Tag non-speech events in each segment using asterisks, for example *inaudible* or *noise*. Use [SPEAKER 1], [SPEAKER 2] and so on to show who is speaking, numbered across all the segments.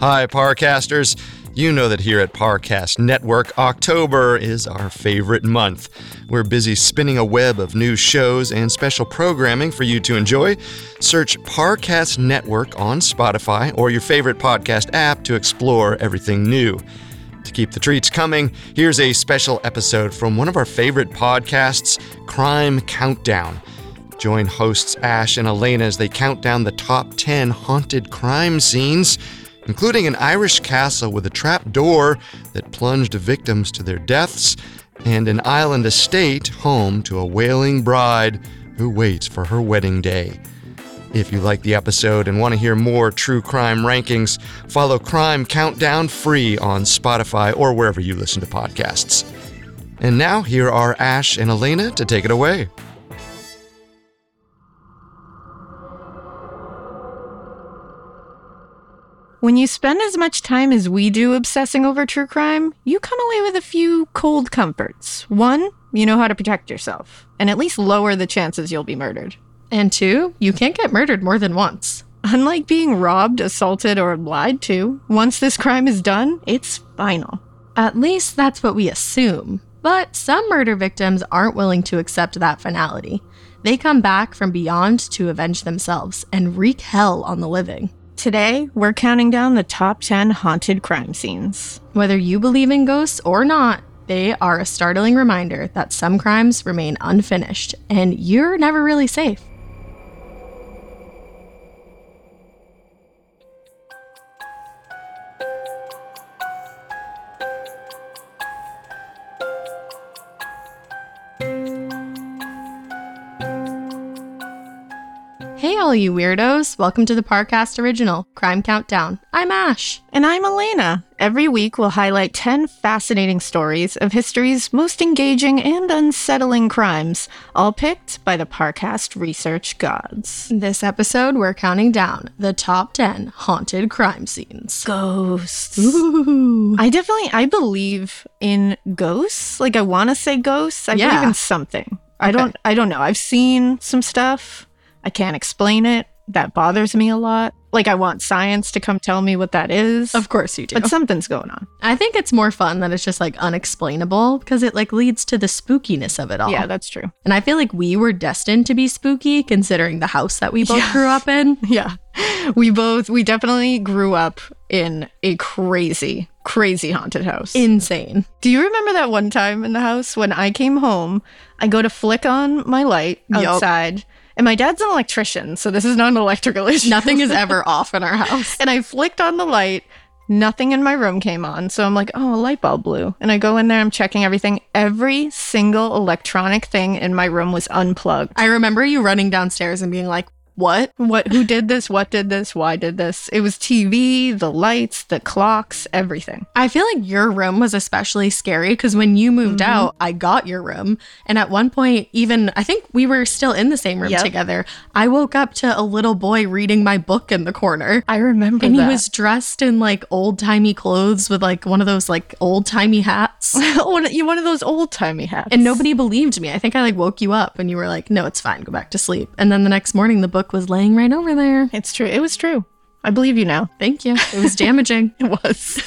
[SPEAKER 1] Hi, Parcasters. You know that here at Parcast Network, October is our favorite month. We're busy spinning a web of new shows and special programming for you to enjoy. Search Parcast Network on Spotify or your favorite podcast app to explore everything new. To keep the treats coming, here's a special episode from one of our favorite podcasts, Crime Countdown. Join hosts Ash and Elena as they count down the top 10 haunted crime scenes, including an Irish castle with a trap door that plunged victims to their deaths, and an island estate home to a wailing bride who waits for her wedding day. If you like the episode and want to hear more true crime rankings, follow Crime Countdown free on Spotify or wherever you listen to podcasts. And now, here are Ash and Elena to take it away.
[SPEAKER 2] When you spend as much time as we do obsessing over true crime, you come away with a few cold comforts. One, you know how to protect yourself, and at least lower the chances you'll be murdered.
[SPEAKER 3] And two, you can't get murdered more than once.
[SPEAKER 2] Unlike being robbed, assaulted, or lied to, once this crime is done, it's final.
[SPEAKER 3] At least that's what we assume. But some murder victims aren't willing to accept that finality. They come back from beyond to avenge themselves and wreak hell on the living.
[SPEAKER 2] Today, we're counting down the top 10 haunted crime scenes.
[SPEAKER 3] Whether you believe in ghosts or not, they are a startling reminder that some crimes remain unfinished and you're never really safe. Hey, all you weirdos. Welcome to the Parcast Original, Crime Countdown. I'm Ash.
[SPEAKER 2] And I'm Elena. Every week, we'll highlight 10 fascinating stories of history's most engaging and unsettling crimes, all picked by the Parcast Research Gods.
[SPEAKER 3] This episode, we're counting down the top 10 haunted crime scenes.
[SPEAKER 2] Ghosts.
[SPEAKER 3] Ooh.
[SPEAKER 2] I definitely, I believe in ghosts. Like, I want to say ghosts. I believe
[SPEAKER 3] Yeah.
[SPEAKER 2] in something. I don't, I don't know. I've seen some stuff. I can't explain it. That bothers me a lot. Like, I want science to come tell me what that is.
[SPEAKER 3] Of course you do.
[SPEAKER 2] But something's going on.
[SPEAKER 3] I think it's more fun that it's just like unexplainable because it like leads to the spookiness of it all.
[SPEAKER 2] Yeah, that's true.
[SPEAKER 3] and I feel like we were destined to be spooky considering the house that we both
[SPEAKER 2] Yeah.
[SPEAKER 3] grew up in.
[SPEAKER 2] *laughs* Yeah. We both, we definitely grew up in a crazy, crazy haunted house.
[SPEAKER 3] Insane.
[SPEAKER 2] Do you remember that one time in the house when I came home? I go to flick on my light
[SPEAKER 3] Yup.
[SPEAKER 2] outside, and my dad's an electrician, so this is not an electrical *laughs* issue.
[SPEAKER 3] Nothing is ever off in our house.
[SPEAKER 2] and I flicked on the light. Nothing in my room came on. So I'm like, oh, a light bulb blew. And I go in there, I'm checking everything. Every single electronic thing in my room was unplugged.
[SPEAKER 3] I remember you running downstairs and being like, what?
[SPEAKER 2] What who did this? What did this? Why did this? It was TV, the lights, the clocks, everything.
[SPEAKER 3] I feel like your room was especially scary because when you moved
[SPEAKER 2] Mhm.
[SPEAKER 3] out, I got your room. And at one point, even I think we were still in the same room
[SPEAKER 2] Yep.
[SPEAKER 3] together. I woke up to a little boy reading my book in the corner.
[SPEAKER 2] I remember
[SPEAKER 3] And
[SPEAKER 2] that.
[SPEAKER 3] he was dressed in like old timey clothes with like one of those like old
[SPEAKER 2] *laughs*
[SPEAKER 3] timey hats.
[SPEAKER 2] *laughs* one, you one of those old timey hats.
[SPEAKER 3] And nobody believed me. I think I like woke you up and you were like, no, it's fine, go back to sleep. And then the next morning, the book was laying right over there.
[SPEAKER 2] It's true. It was true. I believe you now.
[SPEAKER 3] Thank you.
[SPEAKER 2] *laughs*
[SPEAKER 3] It was damaging.
[SPEAKER 2] It was.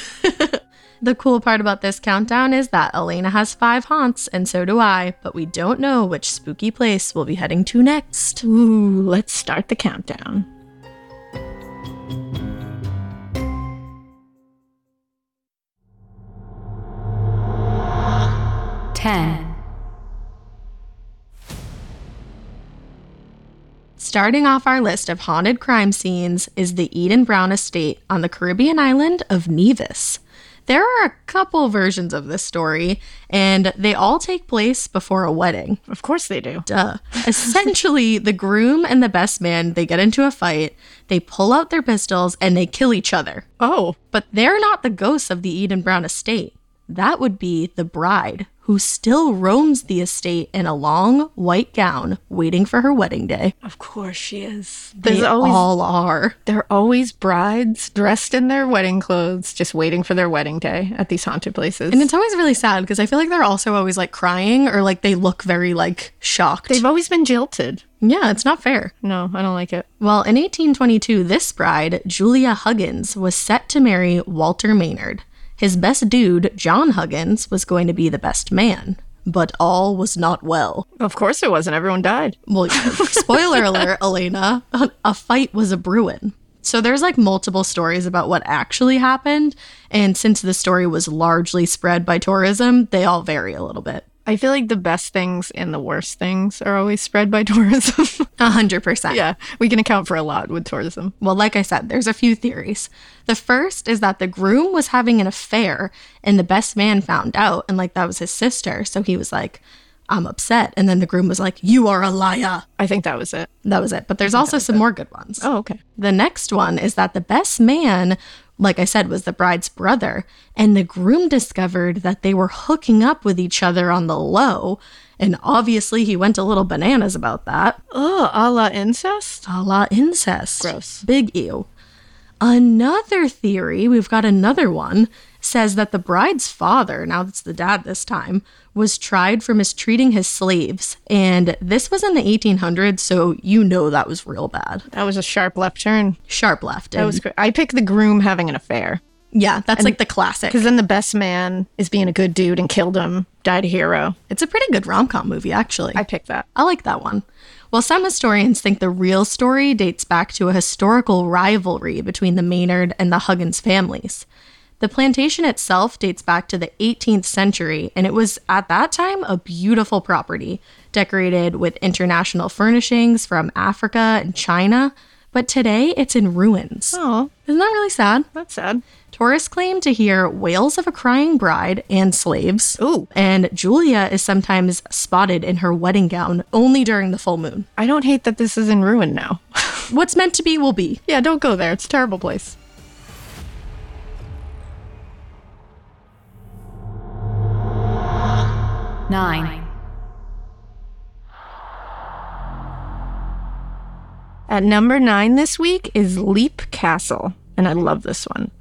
[SPEAKER 3] the cool part about this countdown is that Elena has five haunts, and so do I, but we don't know which spooky place we'll be heading to next.
[SPEAKER 2] *laughs* Ooh, let's start the countdown.
[SPEAKER 3] Starting off our list of haunted crime scenes is the Eden Brown estate on the Caribbean island of Nevis. There are a couple versions of this story, and they all take place before a wedding.
[SPEAKER 2] Of course they do.
[SPEAKER 3] Duh. Essentially, the groom and the best man, they get into a fight, they pull out their pistols, and they kill each other.
[SPEAKER 2] Oh,
[SPEAKER 3] But they're not the ghosts of the Eden Brown estate. That would be the bride, who still roams the estate in a long white gown, waiting for her wedding day.
[SPEAKER 2] Of course she is. There's
[SPEAKER 3] They
[SPEAKER 2] always
[SPEAKER 3] all are.
[SPEAKER 2] there are always brides dressed in their wedding clothes, just waiting for their wedding day at these haunted places.
[SPEAKER 3] And it's always really sad because I feel like they're also always like crying or like they look very like shocked.
[SPEAKER 2] They've always been jilted.
[SPEAKER 3] yeah, it's not fair.
[SPEAKER 2] No, I don't like it.
[SPEAKER 3] Well, in 1822, this bride, Julia Huggins, was set to marry Walter Maynard. His best dude, John Huggins, was going to be the best man. But all was not well.
[SPEAKER 2] Of course it wasn't. Everyone died.
[SPEAKER 3] Well, *laughs* spoiler alert, Elena, a fight was a brewing. So there's like multiple stories about what actually happened. And since the story was largely spread by tourism, they all vary a little bit.
[SPEAKER 2] I feel like the best things and the worst things are always spread by *laughs* tourism.
[SPEAKER 3] A hundred percent.
[SPEAKER 2] yeah, we can account for a lot with tourism.
[SPEAKER 3] Well, like I said, there's a few theories. The first is that the groom was having an affair and the best man found out, and like that was his sister. So he was like, I'm upset. And then the groom was like, You are a liar.
[SPEAKER 2] I think that was it.
[SPEAKER 3] That was it. But there's also some more good ones.
[SPEAKER 2] Oh, okay.
[SPEAKER 3] The next one is that the best man, like I said, was the bride's brother, and the groom discovered that they were hooking up with each other on the low. And obviously, he went a little bananas about that.
[SPEAKER 2] Oh, a la incest?
[SPEAKER 3] A la incest.
[SPEAKER 2] Gross.
[SPEAKER 3] Big ew. Another theory, we've got another one, says that the bride's father, now it's the dad this time, was tried for mistreating his slaves. And this was in the 1800s, so you know that was real bad.
[SPEAKER 2] That was a sharp left turn.
[SPEAKER 3] Sharp left.
[SPEAKER 2] That was. cra- I picked the groom having an affair
[SPEAKER 3] yeah, that's like the classic.
[SPEAKER 2] because then the best man is being a good dude and killed him, died a hero.
[SPEAKER 3] It's a pretty good rom com movie, actually.
[SPEAKER 2] I picked that.
[SPEAKER 3] I like that one. Well, some historians think the real story dates back to a historical rivalry between the Maynard and the Huggins families. The plantation itself dates back to the 18th century, and it was at that time a beautiful property, decorated with international furnishings from Africa and China. But today it's in ruins.
[SPEAKER 2] Oh,
[SPEAKER 3] Isn't that really sad?
[SPEAKER 2] that's sad.
[SPEAKER 3] Tourists claim to hear wails of a crying bride and slaves.
[SPEAKER 2] Ooh.
[SPEAKER 3] And Julia is sometimes spotted in her wedding gown only during the full moon.
[SPEAKER 2] I don't hate that this is in ruin now. *laughs*
[SPEAKER 3] What's meant to be will be.
[SPEAKER 2] yeah, don't go there. It's a terrible place.
[SPEAKER 4] nine,
[SPEAKER 2] At number nine this week is Leap Castle, and I love this one.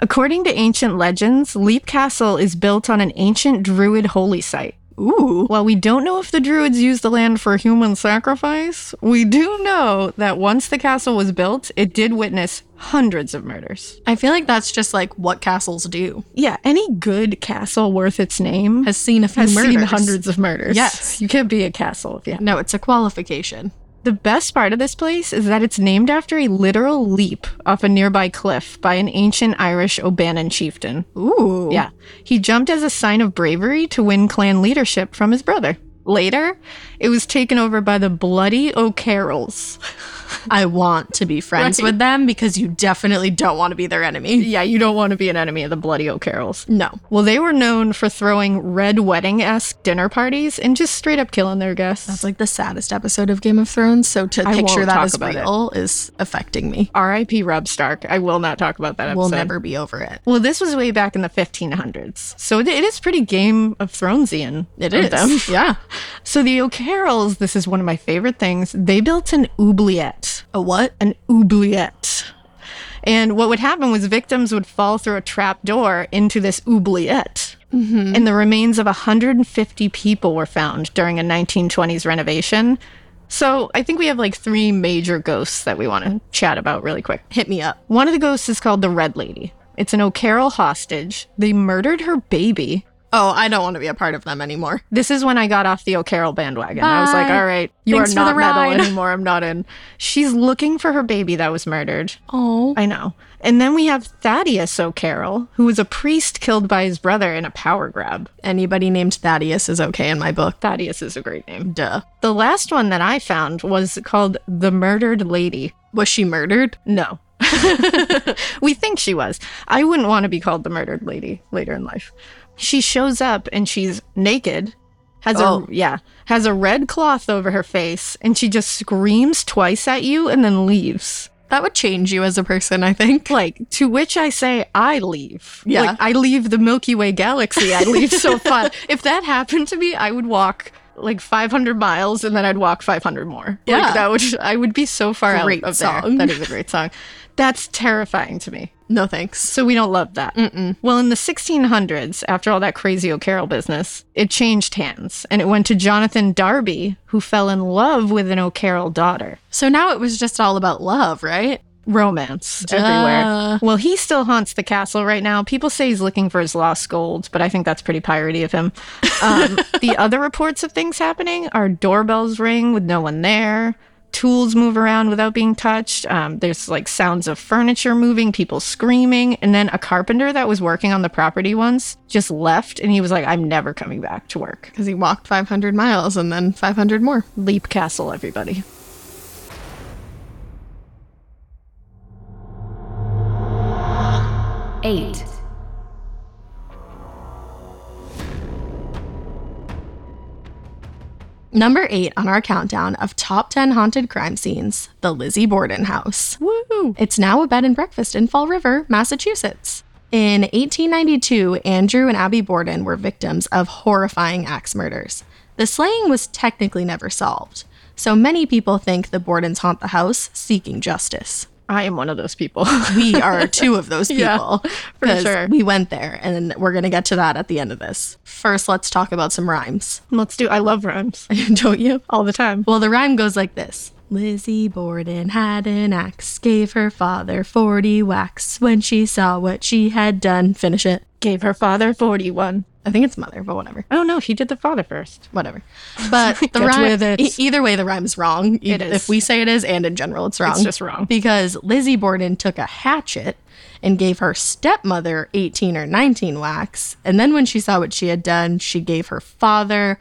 [SPEAKER 2] According to ancient legends, Leap Castle is built on an ancient Druid holy site.
[SPEAKER 3] Ooh.
[SPEAKER 2] While we don't know if the Druids used the land for human sacrifice, we do know that once the castle was built, it did witness hundreds of murders.
[SPEAKER 3] I feel like that's just like what castles do.
[SPEAKER 2] Yeah, any good castle worth its name has,
[SPEAKER 3] Has seen a few
[SPEAKER 2] has
[SPEAKER 3] murders.
[SPEAKER 2] seen hundreds of murders.
[SPEAKER 3] Yes.
[SPEAKER 2] You can't be a castle if you
[SPEAKER 3] No, it's a qualification.
[SPEAKER 2] The best part of this place is that it's named after a literal leap off a nearby cliff by an ancient Irish O'Bannon chieftain.
[SPEAKER 3] Ooh.
[SPEAKER 2] Yeah, he jumped as a sign of bravery to win clan leadership from his brother. Later, it was taken over by the Bloody O'Carrolls. *laughs*
[SPEAKER 3] I want to be friends
[SPEAKER 2] Right.
[SPEAKER 3] with them because you definitely don't want to be their enemy.
[SPEAKER 2] Yeah, you don't want to be an enemy of the Bloody O'Carrolls.
[SPEAKER 3] No.
[SPEAKER 2] Well, they were known for throwing red wedding esque dinner parties and just straight up killing their guests.
[SPEAKER 3] That's like the saddest episode of Game of Thrones, so to
[SPEAKER 2] I
[SPEAKER 3] picture
[SPEAKER 2] won't
[SPEAKER 3] that
[SPEAKER 2] talk
[SPEAKER 3] as
[SPEAKER 2] about it.
[SPEAKER 3] real is affecting me.
[SPEAKER 2] R.I.P. Rob Stark. I will not talk about that episode.
[SPEAKER 3] We'll never be over it.
[SPEAKER 2] Well, this was way back in the 1500s, so it, it is pretty Game of Thronesian.
[SPEAKER 3] It
[SPEAKER 2] of
[SPEAKER 3] is. *laughs* Yeah.
[SPEAKER 2] So the O'Carrolls, this is one of my favorite things. They built an oubliette,
[SPEAKER 3] A what?
[SPEAKER 2] an oubliette, and what would happen was victims would fall through a trap door into this oubliette,
[SPEAKER 3] Mm-hmm.
[SPEAKER 2] and the remains of 150 people were found during a 1920s renovation. So I think we have like three major ghosts that we want to chat about really quick.
[SPEAKER 3] Hit me up.
[SPEAKER 2] One of the ghosts is called the Red Lady. It's an O'Carroll hostage. They murdered her baby.
[SPEAKER 3] Oh, I don't want to be a part of them anymore.
[SPEAKER 2] This is when I got off the O'Carroll bandwagon. I was like,
[SPEAKER 3] Bye.
[SPEAKER 2] all right, you
[SPEAKER 3] Thanks
[SPEAKER 2] are
[SPEAKER 3] for the
[SPEAKER 2] not metal
[SPEAKER 3] ride." *laughs*
[SPEAKER 2] anymore. I'm not in. She's looking for her baby that was murdered.
[SPEAKER 3] Oh.
[SPEAKER 2] I know. And then we have Thaddeus O'Carroll, who was a priest killed by his brother in a power grab.
[SPEAKER 3] Anybody named Thaddeus is okay in my book.
[SPEAKER 2] Thaddeus is a great name.
[SPEAKER 3] Duh.
[SPEAKER 2] The last one that I found was called The Murdered Lady.
[SPEAKER 3] Was she murdered?
[SPEAKER 2] No. *laughs* we think she was. I wouldn't want to be called the murdered lady later in life. She shows up and she's naked, has
[SPEAKER 3] Oh.
[SPEAKER 2] a yeah, has a red cloth over her face and she just screams twice at you and then leaves.
[SPEAKER 3] That would change you as a person, I think. *laughs*
[SPEAKER 2] Like, to which I say, I leave.
[SPEAKER 3] Yeah.
[SPEAKER 2] Like, I leave the Milky Way galaxy. I leave
[SPEAKER 3] *laughs*
[SPEAKER 2] so far. If that happened to me, I would walk like 500 miles and then I'd walk 500 more.
[SPEAKER 3] Yeah.
[SPEAKER 2] Like, that would, I would be so far
[SPEAKER 3] Great
[SPEAKER 2] out of
[SPEAKER 3] song.
[SPEAKER 2] there. That is a great song. That's terrifying to me.
[SPEAKER 3] No thanks.
[SPEAKER 2] So we don't love that. Well, in the 1600s, after all that crazy O'Carroll business, it changed hands and it went to Jonathan Darby, who fell in love with an O'Carroll daughter.
[SPEAKER 3] So now it was just all about love, right?
[SPEAKER 2] Romance
[SPEAKER 3] Duh.
[SPEAKER 2] everywhere. Well, he still haunts the castle right now. People say he's looking for his lost gold, but I think that's pretty piratey of him. Um, the other reports of things happening are doorbells ring with no one there. Tools move around without being touched. Um, there's like sounds of furniture moving, people screaming. And then a carpenter that was working on the property once just left and he was like, I'm never coming back to work.
[SPEAKER 3] Because he walked 500 miles and then 500 more.
[SPEAKER 2] Leap Castle, everybody.
[SPEAKER 4] eight,
[SPEAKER 3] Number eight on our countdown of top 10 haunted crime scenes the Lizzie Borden house.
[SPEAKER 2] Woo!
[SPEAKER 3] It's now a bed and breakfast in Fall River, Massachusetts. In 1892, Andrew and Abby Borden were victims of horrifying axe murders. The slaying was technically never solved, so many people think the Bordens haunt the house seeking justice.
[SPEAKER 2] I am one of those people. *laughs*
[SPEAKER 3] We are two of those
[SPEAKER 2] Yeah,
[SPEAKER 3] people.
[SPEAKER 2] for
[SPEAKER 3] 'cause
[SPEAKER 2] sure.
[SPEAKER 3] We went there, and we're going to get to that at the end of this. First, let's talk about some rhymes, *laughs*
[SPEAKER 2] Let's do, I love rhymes
[SPEAKER 3] don't you?
[SPEAKER 2] all the time.
[SPEAKER 3] Well, the rhyme goes like this Lizzie Borden had an axe, gave her father 40 whacks when she saw what she had done. Finish it.
[SPEAKER 2] Gave her father 41.
[SPEAKER 3] I think it's mother, but whatever.
[SPEAKER 2] Oh no, he did the father first. *laughs*
[SPEAKER 3] Whatever. But the
[SPEAKER 2] Get
[SPEAKER 3] rhyme,
[SPEAKER 2] with it.
[SPEAKER 3] e- either way, the rhyme's wrong. E-
[SPEAKER 2] It is.
[SPEAKER 3] If we say it is, and in general, it's wrong.
[SPEAKER 2] just wrong.
[SPEAKER 3] Because Lizzie Borden took a hatchet and gave her stepmother 18 or 19 whacks. And then when she saw what she had done, she gave her father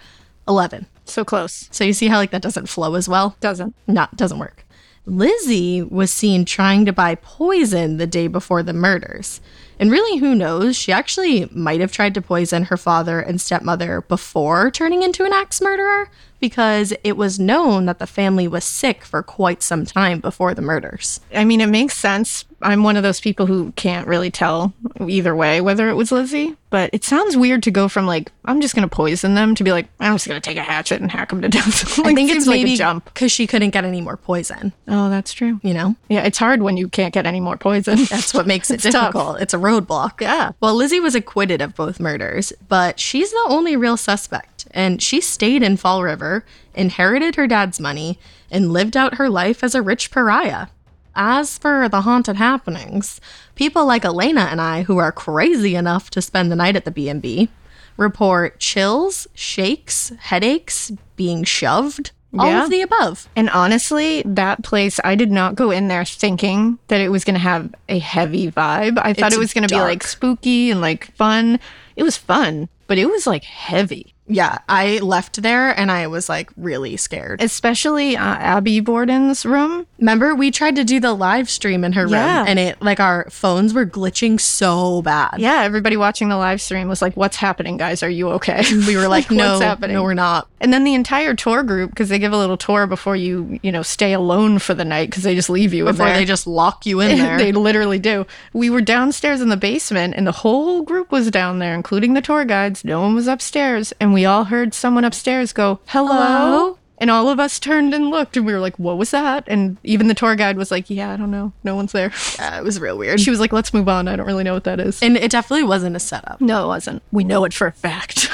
[SPEAKER 3] 11.
[SPEAKER 2] So close.
[SPEAKER 3] So you see how, like, that doesn't flow as well?
[SPEAKER 2] Doesn't.
[SPEAKER 3] not doesn't work. Lizzie was seen trying to buy poison the day before the murders. And really, who knows? She actually might have tried to poison her father and stepmother before turning into an axe murderer because it was known that the family was sick for quite some time before the murders.
[SPEAKER 2] I mean, it makes sense. I'm one of those people who can't really tell either way whether it was Lizzie, but it sounds weird to go from like, I'm just going to poison them to be like, I'm just going to take a hatchet and hack them to death. *laughs* like,
[SPEAKER 3] I think it's
[SPEAKER 2] seems
[SPEAKER 3] maybe
[SPEAKER 2] like a jump.
[SPEAKER 3] because she couldn't get any more poison,
[SPEAKER 2] Oh, that's true.
[SPEAKER 3] you know?
[SPEAKER 2] Yeah, it's hard when you can't get any more poison. *laughs*
[SPEAKER 3] That's what makes it
[SPEAKER 2] It's tough.
[SPEAKER 3] difficult. *laughs* It's a roadblock.
[SPEAKER 2] Yeah.
[SPEAKER 3] Well, Lizzie was acquitted of both murders, but she's the only real suspect. And she stayed in Fall River, inherited her dad's money, and lived out her life as a rich pariah. As for the haunted happenings, people like Elena and I, who are crazy enough to spend the night at the B&B, report chills, shakes, headaches, being shoved, all
[SPEAKER 2] Yeah.
[SPEAKER 3] of the above.
[SPEAKER 2] And honestly, that place, I did not go in there thinking that it was going to have a heavy vibe. I thought
[SPEAKER 3] It's
[SPEAKER 2] it was going to be
[SPEAKER 3] dark.
[SPEAKER 2] like spooky and like fun. It was fun, but it was like heavy.
[SPEAKER 3] Yeah, I left there and I was like really scared.
[SPEAKER 2] especially uh, Abby Borden's room.
[SPEAKER 3] Remember, we tried to do the live stream in her room,
[SPEAKER 2] Yeah.
[SPEAKER 3] and it like our phones were glitching so bad.
[SPEAKER 2] Yeah, everybody watching the live stream was like, "What's happening, guys? Are you okay?" *laughs*
[SPEAKER 3] we were like,
[SPEAKER 2] "What's
[SPEAKER 3] *laughs* no,
[SPEAKER 2] happening?"
[SPEAKER 3] no, we're not.
[SPEAKER 2] and then the entire tour group, because they give a little tour before you, you know, stay alone for the night, because they just leave you
[SPEAKER 3] Before
[SPEAKER 2] in there.
[SPEAKER 3] they just lock you in
[SPEAKER 2] *laughs*
[SPEAKER 3] there.
[SPEAKER 2] they literally do. We were downstairs in the basement, and the whole group was down there, including the tour guides. No one was upstairs, and we all heard someone upstairs go, "Hello."
[SPEAKER 3] Hello?
[SPEAKER 2] And all of us turned and looked, and we were like, "What was that?" And even the tour guide was like, "Yeah, I don't know. No one's there." *laughs*
[SPEAKER 3] yeah, it was real weird.
[SPEAKER 2] She was like, "Let's move on. I don't really know what that is."
[SPEAKER 3] and it definitely wasn't a setup.
[SPEAKER 2] No, it wasn't. We know it for a fact. *laughs*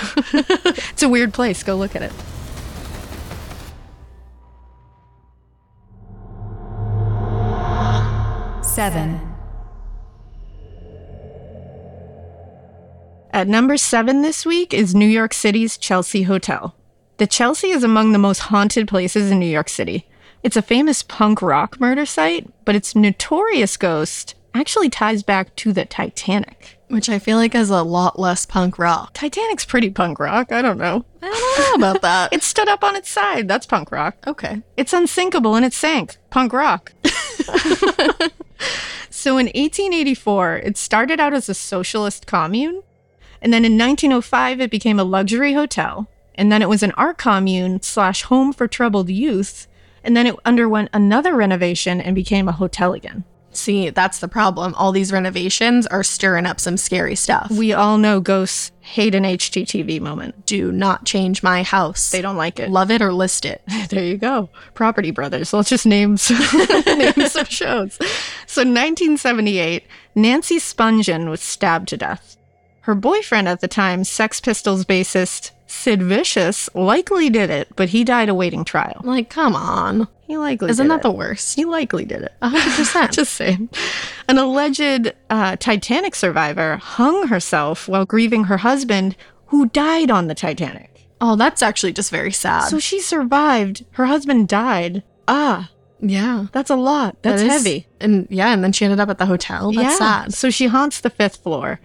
[SPEAKER 2] it's a weird place. Go look at it.
[SPEAKER 4] seven,
[SPEAKER 2] At number seven this week is New York City's Chelsea Hotel. The Chelsea is among the most haunted places in New York City. It's a famous punk rock murder site, but its notorious ghost actually ties back to the Titanic.
[SPEAKER 3] Which I feel like is a lot less punk
[SPEAKER 2] *laughs*
[SPEAKER 3] rock.
[SPEAKER 2] Titanic's pretty punk rock. I don't know.
[SPEAKER 3] I don't know about that.
[SPEAKER 2] It stood up on its side. That's punk rock.
[SPEAKER 3] okay.
[SPEAKER 2] It's unsinkable and it sank. Punk rock. *laughs* so in 1884, it started out as a socialist commune. And then in 1905, it became a luxury hotel. And then it was an art commune slash home for troubled youth. and then it underwent another renovation and became a hotel again.
[SPEAKER 3] See, that's the problem. All these renovations are stirring up some scary stuff. We
[SPEAKER 2] We all know ghosts hate an HGTV moment.
[SPEAKER 3] do not change my house.
[SPEAKER 2] They don't like it.
[SPEAKER 3] love it or list it. *laughs*
[SPEAKER 2] There you go. Property Brothers. Let's just name some, *laughs* name some shows. So, 1978, Nancy Spungen was stabbed to death. Her boyfriend at the time, Sex Pistols bassist Sid Vicious, likely did it, but he died awaiting trial.
[SPEAKER 3] Like, come on.
[SPEAKER 2] He likely
[SPEAKER 3] Isn't
[SPEAKER 2] did
[SPEAKER 3] that the
[SPEAKER 2] it.
[SPEAKER 3] worst?
[SPEAKER 2] He likely did it. *laughs*
[SPEAKER 3] 100%.
[SPEAKER 2] Just saying. An alleged uh, Titanic survivor hung herself while grieving her husband, who died on the Titanic.
[SPEAKER 3] oh, that's actually just very sad.
[SPEAKER 2] So she survived. Her husband died. Ah,
[SPEAKER 3] yeah.
[SPEAKER 2] that's a lot. That's
[SPEAKER 3] That is-
[SPEAKER 2] heavy.
[SPEAKER 3] And yeah, and then she ended up at the hotel. That's sad.
[SPEAKER 2] So she haunts the fifth floor.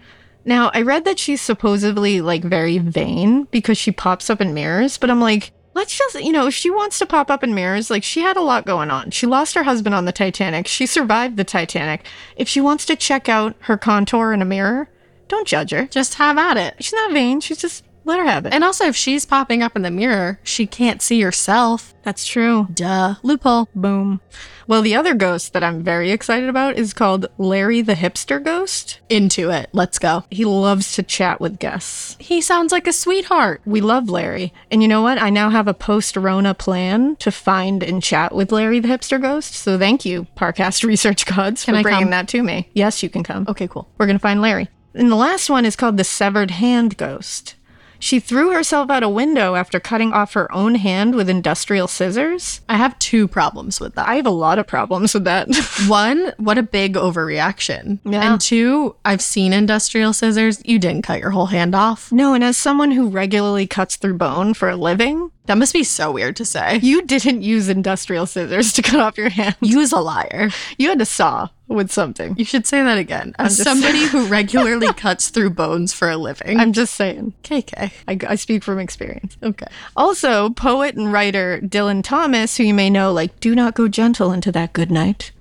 [SPEAKER 2] Now, I read that she's supposedly like very vain because she pops up in mirrors, but I'm like, let's just, you know, if she wants to pop up in mirrors, like she had a lot going on. She lost her husband on the Titanic. She survived the Titanic. If she wants to check out her contour in a mirror, don't judge her.
[SPEAKER 3] Just have at it.
[SPEAKER 2] She's not vain. She's just let her have it.
[SPEAKER 3] And also, if she's popping up in the mirror, she can't see herself.
[SPEAKER 2] that's true.
[SPEAKER 3] Duh. Loophole.
[SPEAKER 2] Boom. Well, the other ghost that I'm very excited about is called Larry the Hipster Ghost.
[SPEAKER 3] Into it. Let's go.
[SPEAKER 2] He loves to chat with guests.
[SPEAKER 3] He sounds like a sweetheart.
[SPEAKER 2] We love Larry. And you know what? I now have a post Rona plan to find and chat with Larry the Hipster Ghost. So thank you, Parcast *laughs* Research Gods,
[SPEAKER 3] Can
[SPEAKER 2] for
[SPEAKER 3] I
[SPEAKER 2] bringing
[SPEAKER 3] come?
[SPEAKER 2] that to me. Yes, you can come.
[SPEAKER 3] Okay, cool.
[SPEAKER 2] We're going to find Larry. And the last one is called the Severed Hand Ghost. She threw herself out a window after cutting off her own hand with industrial scissors.
[SPEAKER 3] I have two problems with that.
[SPEAKER 2] I have a lot of problems with that. *laughs*
[SPEAKER 3] One, what a big overreaction.
[SPEAKER 2] Yeah.
[SPEAKER 3] And two, I've seen industrial scissors. You didn't cut your whole hand off.
[SPEAKER 2] No, and as someone who regularly cuts through bone for a living,
[SPEAKER 3] That must be so weird to say.
[SPEAKER 2] you didn't use industrial scissors to cut off your hand.
[SPEAKER 3] You's a liar.
[SPEAKER 2] You had a saw with something.
[SPEAKER 3] You should say that again. As
[SPEAKER 2] just-
[SPEAKER 3] somebody who regularly *laughs* cuts through bones for a
[SPEAKER 2] *laughs*
[SPEAKER 3] living.
[SPEAKER 2] I'm just saying.
[SPEAKER 3] KK.
[SPEAKER 2] I, I speak from experience.
[SPEAKER 3] Okay.
[SPEAKER 2] Also, poet and writer Dylan Thomas, who you may know, like, do not go gentle into that good night.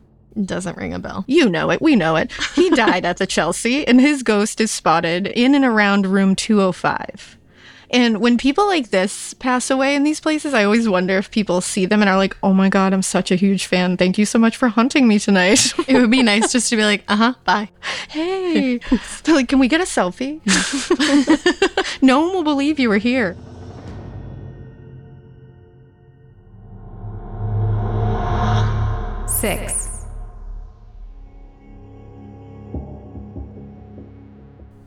[SPEAKER 3] Doesn't ring a bell.
[SPEAKER 2] You know it. We know it.
[SPEAKER 3] *laughs*
[SPEAKER 2] He died at the Chelsea, and his ghost is spotted in and around room 205. And when people like this pass away in these places, I always wonder if people see them and are like, oh my God, I'm such a huge fan. Thank you so much for hunting me tonight.
[SPEAKER 3] It would be nice just to be like, uh huh, bye.
[SPEAKER 2] hey. They're *laughs* like, can we get a selfie? *laughs* no one will believe you were here.
[SPEAKER 4] six,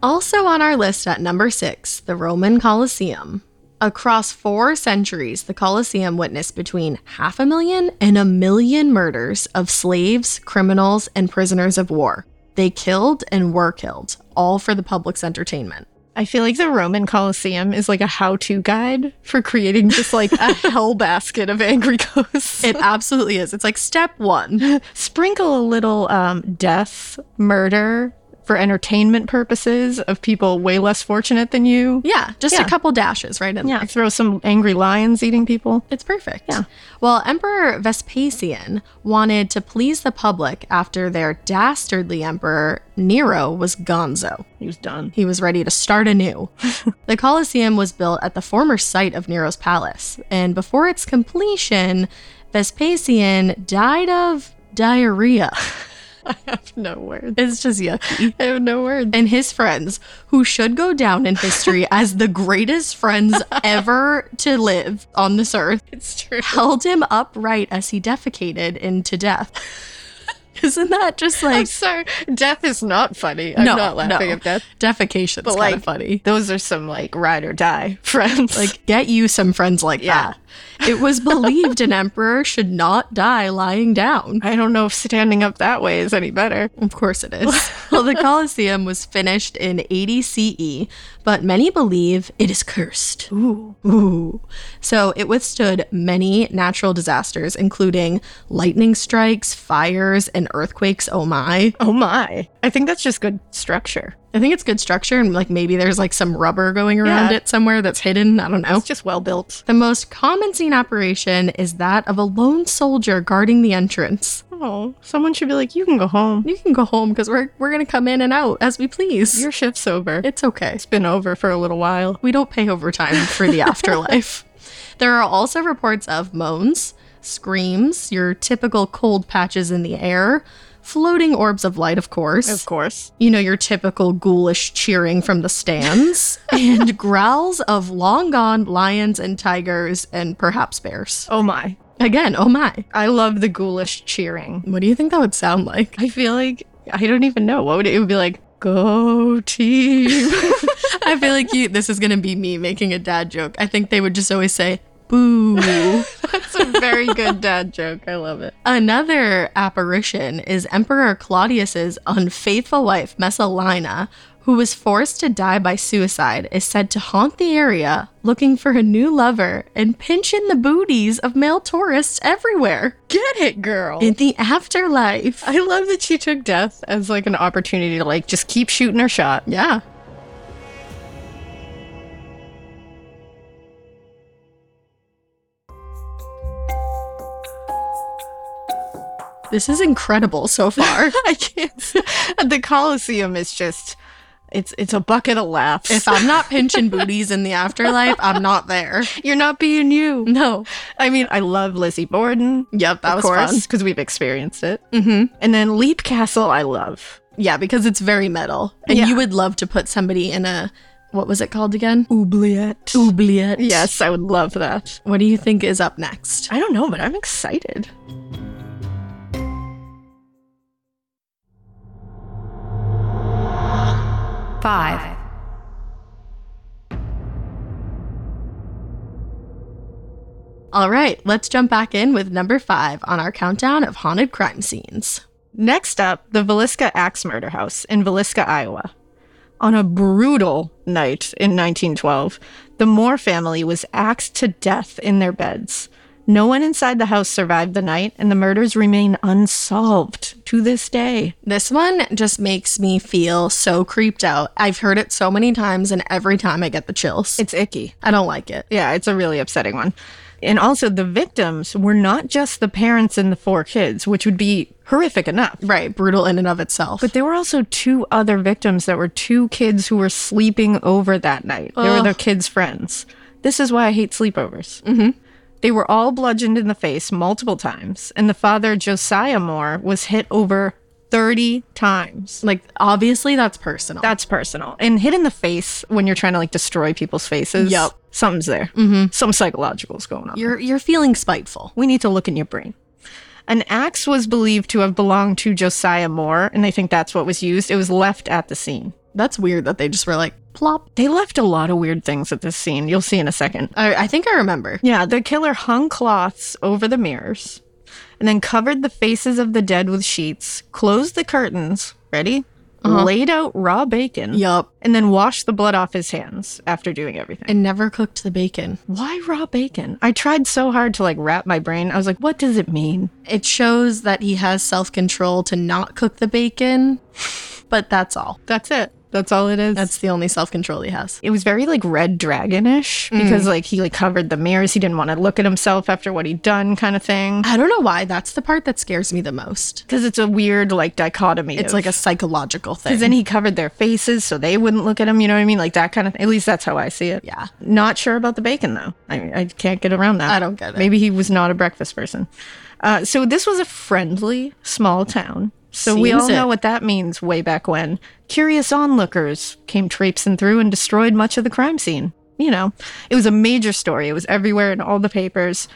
[SPEAKER 3] Also on our list at number six, the Roman Colosseum. Across four centuries, the Colosseum witnessed between half a million and a million murders of slaves, criminals, and prisoners of war. They killed and were killed, all for the public's entertainment.
[SPEAKER 2] I feel like the Roman Colosseum is like a how to guide for creating just like *laughs* a hell basket of angry ghosts.
[SPEAKER 3] It absolutely is. It's like step one. *laughs*
[SPEAKER 2] sprinkle a little um, death, murder for entertainment purposes of people way less fortunate than you.
[SPEAKER 3] Yeah, just
[SPEAKER 2] Yeah.
[SPEAKER 3] a couple dashes right in there.
[SPEAKER 2] Throw some angry lions eating people.
[SPEAKER 3] It's perfect.
[SPEAKER 2] Yeah.
[SPEAKER 3] Well, Emperor Vespasian wanted to please the public after their dastardly emperor, Nero, was gonzo.
[SPEAKER 2] He was done.
[SPEAKER 3] He was ready to
[SPEAKER 2] *laughs*
[SPEAKER 3] start anew. the Colosseum was built at the former site of Nero's palace, and before its completion, Vespasian died of diarrhea.
[SPEAKER 2] *laughs* I have no words.
[SPEAKER 3] It's just yucky.
[SPEAKER 2] I have no words.
[SPEAKER 3] And his friends, who should go down
[SPEAKER 2] *laughs*
[SPEAKER 3] in history as the greatest friends ever to live on this earth,
[SPEAKER 2] It's true.
[SPEAKER 3] held him upright as he defecated
[SPEAKER 2] *laughs*
[SPEAKER 3] into death. Isn't that just like
[SPEAKER 2] So death is not funny. I'm
[SPEAKER 3] No,
[SPEAKER 2] not laughing
[SPEAKER 3] no.
[SPEAKER 2] at death.
[SPEAKER 3] defecation's
[SPEAKER 2] But,
[SPEAKER 3] kind
[SPEAKER 2] like-
[SPEAKER 3] of funny?
[SPEAKER 2] Those are some like ride or die *laughs* friends.
[SPEAKER 3] Like, get you some friends like
[SPEAKER 2] Yeah.
[SPEAKER 3] that. It was believed an emperor should not die lying down.
[SPEAKER 2] I don't know if standing up that way is any better.
[SPEAKER 3] Of course
[SPEAKER 2] *laughs*
[SPEAKER 3] it is. well, the Colosseum was finished in 80 CE, but many believe it is cursed.
[SPEAKER 2] Ooh.
[SPEAKER 3] Ooh. So it withstood many natural disasters, including lightning strikes, fires, and earthquakes. Oh my.
[SPEAKER 2] Oh my. I think that's just good structure.
[SPEAKER 3] I think it's good structure, and like maybe there's like some rubber going around
[SPEAKER 2] Yeah.
[SPEAKER 3] it somewhere that's hidden. I don't know.
[SPEAKER 2] It's just well built.
[SPEAKER 3] The most common seen operation is that of a lone soldier guarding the entrance.
[SPEAKER 2] Oh, someone should be like, you can go home.
[SPEAKER 3] You can go home because we're, we're going to come in and out as we please.
[SPEAKER 2] Your shift's over.
[SPEAKER 3] it's okay.
[SPEAKER 2] It's been over for a little while.
[SPEAKER 3] We don't pay overtime for the afterlife. There are also reports of moans, screams, your typical cold patches in the air, floating orbs of light, of course.
[SPEAKER 2] Of course.
[SPEAKER 3] You know, your typical ghoulish cheering from the stands, and growls of long gone lions and tigers and perhaps bears.
[SPEAKER 2] Oh my.
[SPEAKER 3] Again, oh my.
[SPEAKER 2] I love the ghoulish cheering.
[SPEAKER 3] What do you think that would sound like?
[SPEAKER 2] I feel like I don't even know. What would it, it would be like? Go team.
[SPEAKER 3] *laughs* I feel like you this is gonna be me making a dad joke. I think they would just always say, boo.
[SPEAKER 2] That's a very good dad joke. I love it.
[SPEAKER 3] Another apparition is Emperor Claudius's unfaithful wife, Messalina, who was forced to die by suicide, is said to haunt the area looking for a new lover and pinch in the booties of male tourists everywhere.
[SPEAKER 2] Get it, girl.
[SPEAKER 3] In the afterlife.
[SPEAKER 2] I love that she took death as like an opportunity to like just keep shooting her shot.
[SPEAKER 3] Yeah. This is incredible so *laughs* far.
[SPEAKER 2] *laughs* I can't. The Colosseum is just. It's it's a bucket of laughs.
[SPEAKER 3] if I'm not pinching booties in the afterlife, I'm not there.
[SPEAKER 2] You're not being you.
[SPEAKER 3] No.
[SPEAKER 2] I mean, I love Lizzie Borden.
[SPEAKER 3] Yep, that
[SPEAKER 2] of
[SPEAKER 3] was
[SPEAKER 2] course, because we've experienced it.
[SPEAKER 3] fun. Mm-hmm.
[SPEAKER 2] And then Leap Castle, I love.
[SPEAKER 3] Yeah, because it's very metal. And
[SPEAKER 2] Yeah.
[SPEAKER 3] you would love to put somebody in a what was it called again?
[SPEAKER 2] Oubliette.
[SPEAKER 3] Oubliette. Yes.
[SPEAKER 2] Yes, I would love that.
[SPEAKER 3] What do you think is up next?
[SPEAKER 2] I don't know, but I'm excited.
[SPEAKER 4] Five.
[SPEAKER 3] All right, let's jump back in with number five on our countdown of haunted crime scenes.
[SPEAKER 2] Next up, the Velisca Axe Murder House in Velisca, Iowa. On a brutal night in 1912, the Moore family was axed to death in their beds. No one inside the house survived the night, and the murders remain unsolved to this day.
[SPEAKER 3] This one just makes me feel so creeped out. I've heard it so many times, and every time I get the chills.
[SPEAKER 2] It's icky.
[SPEAKER 3] I don't like it.
[SPEAKER 2] Yeah, it's a really upsetting one. And also, the victims were not just the parents and the four kids, which would be horrific enough.
[SPEAKER 3] Right, brutal in and of itself.
[SPEAKER 2] But there were also two other victims that were two kids who were sleeping over that night. They were their kids' friends. This is why I hate sleepovers. Mm-hmm. They were all bludgeoned in the face multiple times, and the father, Josiah Moore, was hit over 30 times.
[SPEAKER 3] like, obviously, that's personal.
[SPEAKER 2] That's personal. And hit in the face when you're trying to like destroy people's faces.
[SPEAKER 3] Yep.
[SPEAKER 2] Something's there. Mm-hmm. Some psychological's going on.
[SPEAKER 3] you're you're feeling spiteful.
[SPEAKER 2] We need to look in your brain. An axe was believed to have belonged to Josiah Moore, and they think that's what was used. It was left at the scene.
[SPEAKER 3] That's weird that they just were like plop.
[SPEAKER 2] They left a lot of weird things at this scene. You'll see in a second.
[SPEAKER 3] I, I think I remember.
[SPEAKER 2] Yeah, the killer hung cloths over the mirrors and then covered the faces of the dead with sheets, closed the curtains, ready? Laid out raw bacon.
[SPEAKER 3] Uh-huh. Yup.
[SPEAKER 2] And then washed the blood off his hands after doing everything.
[SPEAKER 3] And never cooked the bacon.
[SPEAKER 2] Why raw bacon? I tried so hard to like wrap my brain. I was like, what does it mean?
[SPEAKER 3] It shows that he has self control to not cook the bacon, but that's all.
[SPEAKER 2] That's it. That's all it is.
[SPEAKER 3] That's the only self control he has.
[SPEAKER 2] it was very like red dragonish
[SPEAKER 3] Mm.
[SPEAKER 2] because like he like covered the mirrors he didn't want to look at himself after what he'd done kind of thing
[SPEAKER 3] I don't know why. That's the part that scares me the most.
[SPEAKER 2] because it's a weird like dichotomy
[SPEAKER 3] It's like a psychological thing.
[SPEAKER 2] because then he covered their faces so they wouldn't look at him you know what i mean like that kind of at least that's how i see it
[SPEAKER 3] yeah.
[SPEAKER 2] not sure about the bacon though i, I can't get around that
[SPEAKER 3] I don't get it.
[SPEAKER 2] maybe he was not a breakfast person uh, so this was a friendly small town so we
[SPEAKER 3] Seems
[SPEAKER 2] all
[SPEAKER 3] it.
[SPEAKER 2] know what that means way back when curious onlookers came traipsing through and destroyed much of the crime scene you know it was a major story it was everywhere in all the papers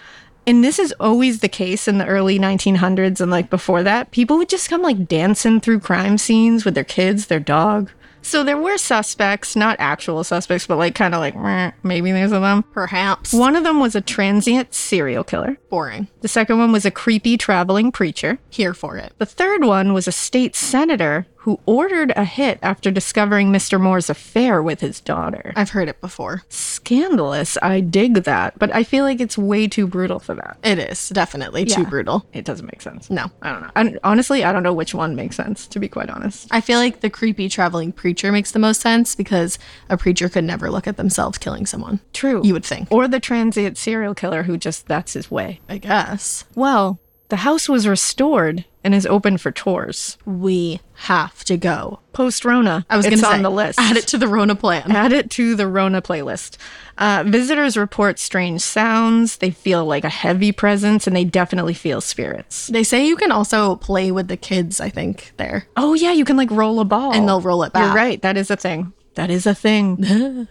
[SPEAKER 2] and this is always the case in the early 1900s and like before that people would just come like dancing through crime scenes with their kids their dog so there were suspects not actual suspects but like kind of like "Meh, maybe there's a them
[SPEAKER 3] Perhaps.
[SPEAKER 2] one of them was a transient serial killer
[SPEAKER 3] Boring.
[SPEAKER 2] the second one was a creepy traveling preacher
[SPEAKER 3] Here for it.
[SPEAKER 2] the third one was a state senator who ordered a hit after discovering mr moore's affair with his daughter
[SPEAKER 3] I've heard it before.
[SPEAKER 2] scandalous i dig that but i feel like it's way too brutal for that
[SPEAKER 3] It is definitely too
[SPEAKER 2] Yeah.
[SPEAKER 3] brutal.
[SPEAKER 2] it doesn't make sense.
[SPEAKER 3] No.
[SPEAKER 2] I don't know. I, honestly, I don't know which one makes sense, to be quite honest.
[SPEAKER 3] I feel like the creepy traveling preacher makes the most sense because a preacher could never look at themselves killing someone.
[SPEAKER 2] True.
[SPEAKER 3] You would think.
[SPEAKER 2] Or the transient serial killer who just, that's his way.
[SPEAKER 3] I guess.
[SPEAKER 2] Well, The house was restored and is open for tours.
[SPEAKER 3] We have to go.
[SPEAKER 2] Post Rona,
[SPEAKER 3] I was
[SPEAKER 2] it's
[SPEAKER 3] gonna
[SPEAKER 2] on
[SPEAKER 3] say,
[SPEAKER 2] the list.
[SPEAKER 3] Add it to the Rona plan.
[SPEAKER 2] Add it to the Rona playlist. Uh, visitors report strange sounds. They feel like a heavy presence, and they definitely feel spirits.
[SPEAKER 3] They say you can also play with the kids, I think, there.
[SPEAKER 2] Oh yeah, you can like roll a ball,
[SPEAKER 3] And they'll roll it back.
[SPEAKER 2] You're right. That is a thing. That is a
[SPEAKER 3] *laughs*
[SPEAKER 2] thing.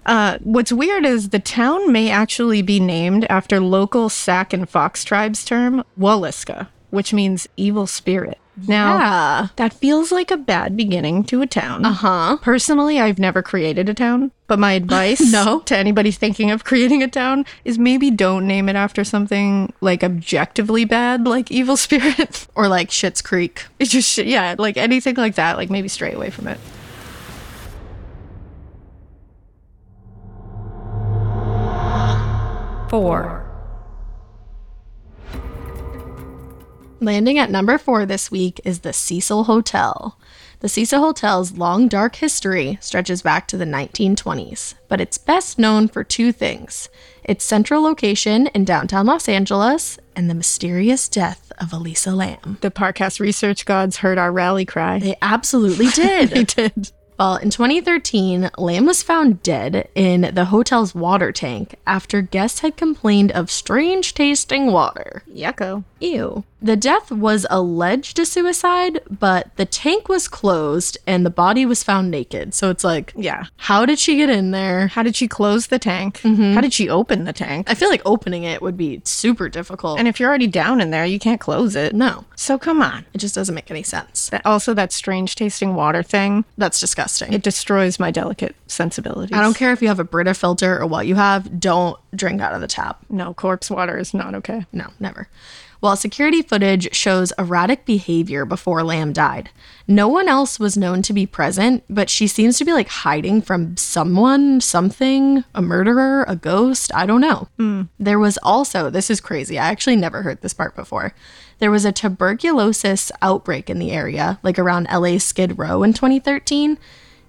[SPEAKER 2] uh, what's weird is the town may actually be named after local Sac and Fox tribes term Walliska, which means evil spirit. Now,
[SPEAKER 3] Yeah. Uh-huh.
[SPEAKER 2] that feels like a bad beginning to a town.
[SPEAKER 3] Huh?
[SPEAKER 2] Personally, I've never created a town, but
[SPEAKER 3] *laughs*
[SPEAKER 2] my advice
[SPEAKER 3] No.
[SPEAKER 2] to anybody thinking of creating a town is maybe don't name it after something like objectively bad, like evil *laughs* spirit.
[SPEAKER 3] Or like Shits Creek.
[SPEAKER 2] It's just, yeah, like anything like that, like maybe stray away from it.
[SPEAKER 4] four,
[SPEAKER 3] Landing at number four this week is the Cecil Hotel. The Cecil Hotel's long, dark history stretches back to the 1920s, but it's best known for two things its central location in downtown Los Angeles and the mysterious death of Elisa Lamb.
[SPEAKER 2] The Parcast research gods heard our rally cry.
[SPEAKER 3] *laughs* They absolutely did.
[SPEAKER 2] They did.
[SPEAKER 3] Well, in 2013, Lamb was found dead in the hotel's water tank after guests had complained of strange tasting water.
[SPEAKER 2] Yucko.
[SPEAKER 3] Ew. The death was alleged a suicide, but the tank was closed and the body was found naked. So it's like,
[SPEAKER 2] Yeah.
[SPEAKER 3] how did she get in there?
[SPEAKER 2] How did she close the tank? How did she open the tank?
[SPEAKER 3] I feel like opening it would be super difficult.
[SPEAKER 2] And if you're already down in there, you can't close it.
[SPEAKER 3] no,
[SPEAKER 2] So come on.
[SPEAKER 3] it just doesn't make any sense.
[SPEAKER 2] That- Also, that strange tasting water thing,
[SPEAKER 3] That's disgusting.
[SPEAKER 2] it destroys my delicate sensibilities.
[SPEAKER 3] I don't care if you have a Brita filter or what you have, don't drink out of the tap.
[SPEAKER 2] No, corpse water is not okay.
[SPEAKER 3] No, never. While security footage shows erratic behavior before Lamb died, no one else was known to be present, but she seems to be like hiding from someone, something, a murderer, a ghost, I don't know. There was also, this is crazy, I actually never heard this part before. There was a tuberculosis outbreak in the area, like around LA Skid Row in 2013.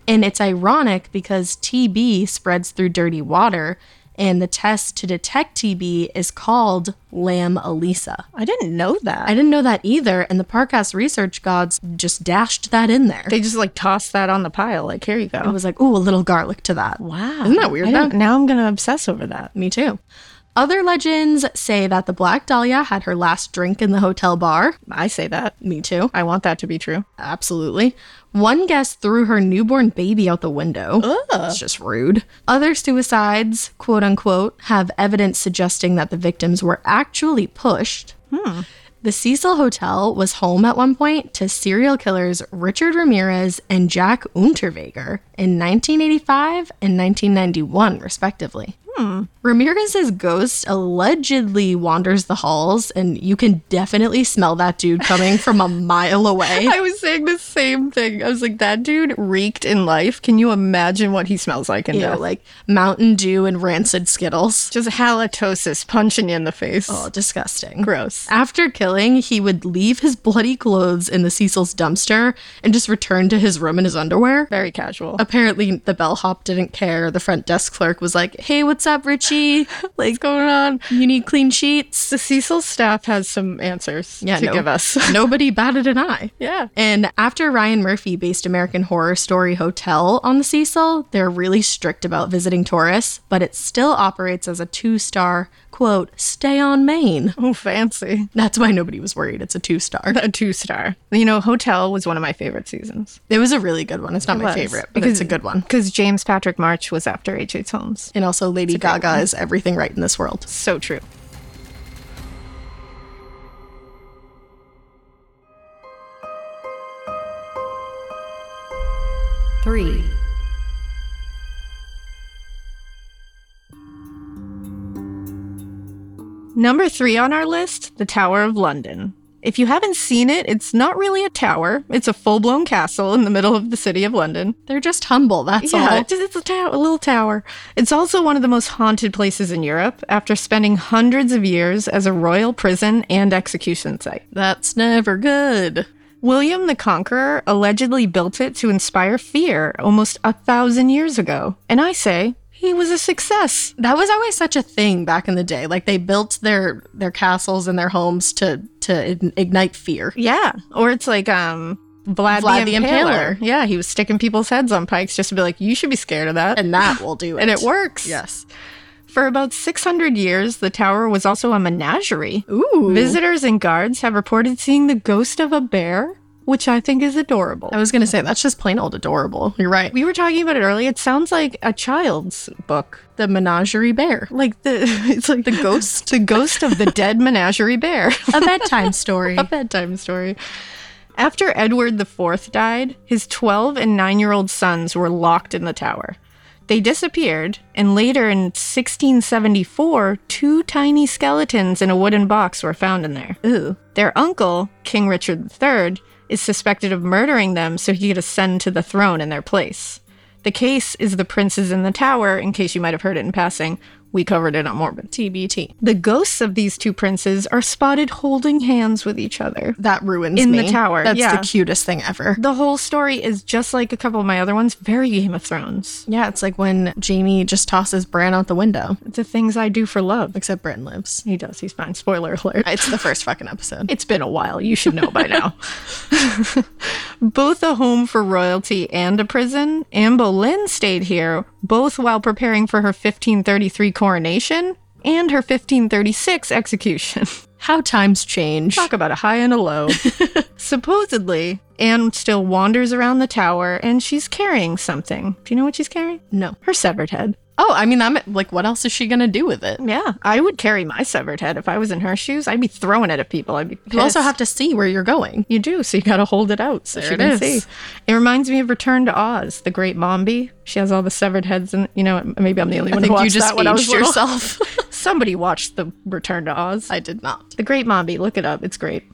[SPEAKER 3] And it's ironic because TB spreads through dirty water, and the test to detect TB is called Lam ELISA.
[SPEAKER 2] I didn't know that.
[SPEAKER 3] I didn't know that either, and the Parcast research gods just dashed that in there.
[SPEAKER 2] they just like tossed that on the pile. Like, here you
[SPEAKER 3] I
[SPEAKER 2] go.
[SPEAKER 3] was like, ooh, a little garlic to that.
[SPEAKER 2] Wow.
[SPEAKER 3] Isn't that weird,
[SPEAKER 2] I
[SPEAKER 3] though?
[SPEAKER 2] didn't- Now I'm going to obsess over that.
[SPEAKER 3] Me too. Other legends say that the Black Dahlia had her last drink in the hotel bar.
[SPEAKER 2] I say that.
[SPEAKER 3] Me too.
[SPEAKER 2] I want that to be true. *laughs*
[SPEAKER 3] Absolutely. One guest threw her newborn baby out the window. It's just rude. Other suicides, quote unquote, have evidence suggesting that the victims were actually pushed. The Cecil Hotel was home at one point to serial killers Richard Ramirez and Jack Unterweger in 1985 and 1991, respectively. Ramirez's ghost allegedly wanders the halls, and you can definitely smell that dude coming from a mile away.
[SPEAKER 2] I was saying the same thing. I was like, that dude reeked in life. Can you imagine what he smells like in
[SPEAKER 3] you know,
[SPEAKER 2] death?
[SPEAKER 3] like Mountain Dew and rancid Skittles.
[SPEAKER 2] Just halitosis punching you in the face.
[SPEAKER 3] Oh, disgusting.
[SPEAKER 2] Gross.
[SPEAKER 3] After killing, he would leave his bloody clothes in the Cecil's dumpster and just return to his room in his underwear.
[SPEAKER 2] Very casual.
[SPEAKER 3] Apparently, the bellhop didn't care. The front desk clerk was like, "Hey, what's
[SPEAKER 2] *laughs*
[SPEAKER 3] up, Richie? Like,
[SPEAKER 2] What's going on?
[SPEAKER 3] you need clean sheets."
[SPEAKER 2] The Cecil staff has some answers
[SPEAKER 3] Yeah,
[SPEAKER 2] to
[SPEAKER 3] no.
[SPEAKER 2] give us.
[SPEAKER 3] Nobody batted an eye.
[SPEAKER 2] *laughs* yeah.
[SPEAKER 3] And after Ryan Murphy based American Horror Story Hotel on the Cecil, they're really strict about visiting tourists, but it still operates as a two star, quote, stay on Maine.
[SPEAKER 2] Oh, fancy.
[SPEAKER 3] That's why nobody was worried. It's a two star.
[SPEAKER 2] A two star. You know, Hotel was one of my favorite seasons.
[SPEAKER 3] It was a really good one. It's not my
[SPEAKER 2] was,
[SPEAKER 3] favorite, but it's
[SPEAKER 2] because-
[SPEAKER 3] a good one.
[SPEAKER 2] Because James Patrick March was after H.H. Holmes.
[SPEAKER 3] And also, Lady
[SPEAKER 2] great
[SPEAKER 3] Gaga is everything right in this world.
[SPEAKER 2] So true.
[SPEAKER 4] three,
[SPEAKER 2] Number three on our list, the Tower of London. If you haven't seen it, it's not really a tower. It's a full blown castle in the middle of the city of London.
[SPEAKER 3] They're just humble. That's
[SPEAKER 2] yeah,
[SPEAKER 3] all.
[SPEAKER 2] it's, it's a, tower, a little tower. It's also one of the most haunted places in Europe after spending hundreds of years as a royal prison and execution site.
[SPEAKER 3] That's never good.
[SPEAKER 2] William the Conqueror allegedly built it to inspire fear almost a thousand years ago. And I say he was a success.
[SPEAKER 3] That was always such a thing back in the day. Like they built their their castles and their homes to to ign- ignite fear.
[SPEAKER 2] Yeah. Or it's like um Vlad,
[SPEAKER 3] Vlad
[SPEAKER 2] the,
[SPEAKER 3] the
[SPEAKER 2] Impaler.
[SPEAKER 3] Impaler.
[SPEAKER 2] Yeah, he was sticking people's heads on pikes just to be like, you should be scared of that.
[SPEAKER 3] And that will do
[SPEAKER 2] *laughs*
[SPEAKER 3] it.
[SPEAKER 2] and it works.
[SPEAKER 3] Yes.
[SPEAKER 2] For about 600 years, the tower was also a menagerie.
[SPEAKER 3] Ooh.
[SPEAKER 2] Visitors and guards have reported seeing the ghost of a bear, which I think is adorable.
[SPEAKER 3] I was going to say, that's just plain old adorable.
[SPEAKER 2] *laughs*
[SPEAKER 3] You're right.
[SPEAKER 2] We were talking about it earlier. It sounds like a child's book.
[SPEAKER 3] The menagerie bear.
[SPEAKER 2] Like the *laughs* it's like the *laughs*
[SPEAKER 3] ghost?
[SPEAKER 2] the ghost of the dead menagerie bear. *laughs*
[SPEAKER 3] A bedtime story.
[SPEAKER 2] a bedtime story. After Edward IV died, his 12 and 9 year old sons were locked in the tower. They disappeared, and later in 1674, two tiny skeletons in a wooden box were found in there.
[SPEAKER 3] Ooh.
[SPEAKER 2] Their uncle, King Richard III, is suspected of murdering them so he could ascend to the throne in their place. The case is The Princes in the Tower, in case you might have heard it in passing. We covered it on Morbid.
[SPEAKER 3] TBT.
[SPEAKER 2] The ghosts of these two princes are spotted holding hands with each other.
[SPEAKER 3] That ruins
[SPEAKER 2] In
[SPEAKER 3] me.
[SPEAKER 2] the tower,
[SPEAKER 3] That's
[SPEAKER 2] yeah.
[SPEAKER 3] the cutest thing ever.
[SPEAKER 2] The whole story is just like a couple of my other ones, very Game of Thrones.
[SPEAKER 3] Yeah, it's like when Jamie just tosses Bran out the window,
[SPEAKER 2] The things I do for love.
[SPEAKER 3] except Bran lives.
[SPEAKER 2] He does, he's fine. Spoiler alert.
[SPEAKER 3] It's the first fucking
[SPEAKER 2] *laughs*
[SPEAKER 3] episode.
[SPEAKER 2] It's been a while. You should know by now. both a home for royalty and a prison, Anne Boleyn stayed here, both while preparing for her 1533 coronation and her 1536 execution.
[SPEAKER 3] How times change.
[SPEAKER 2] Talk about a high and a *laughs* low. Supposedly, Anne still wanders around the tower and she's carrying something. Do you know what she's carrying?
[SPEAKER 3] No.
[SPEAKER 2] Her severed head.
[SPEAKER 3] Oh, I mean, I'm like, what else is she gonna do with it?
[SPEAKER 2] Yeah, I would carry my severed head if I was in her shoes. I'd be throwing it at people. I'd be.
[SPEAKER 3] You also
[SPEAKER 2] pissed.
[SPEAKER 3] have to see where you're going.
[SPEAKER 2] You do, so you gotta hold it out so
[SPEAKER 3] There
[SPEAKER 2] she
[SPEAKER 3] it
[SPEAKER 2] can
[SPEAKER 3] is.
[SPEAKER 2] see. It reminds me of Return to Oz, the great Mombi. She has all the severed heads, and you know, maybe I'm the only
[SPEAKER 3] I
[SPEAKER 2] one who
[SPEAKER 3] think
[SPEAKER 2] watched
[SPEAKER 3] you just
[SPEAKER 2] that when I was
[SPEAKER 3] aged
[SPEAKER 2] little.
[SPEAKER 3] yourself.
[SPEAKER 2] *laughs* Somebody watched the Return to Oz.
[SPEAKER 3] I did not.
[SPEAKER 2] The Great Mombi, look it up, it's great.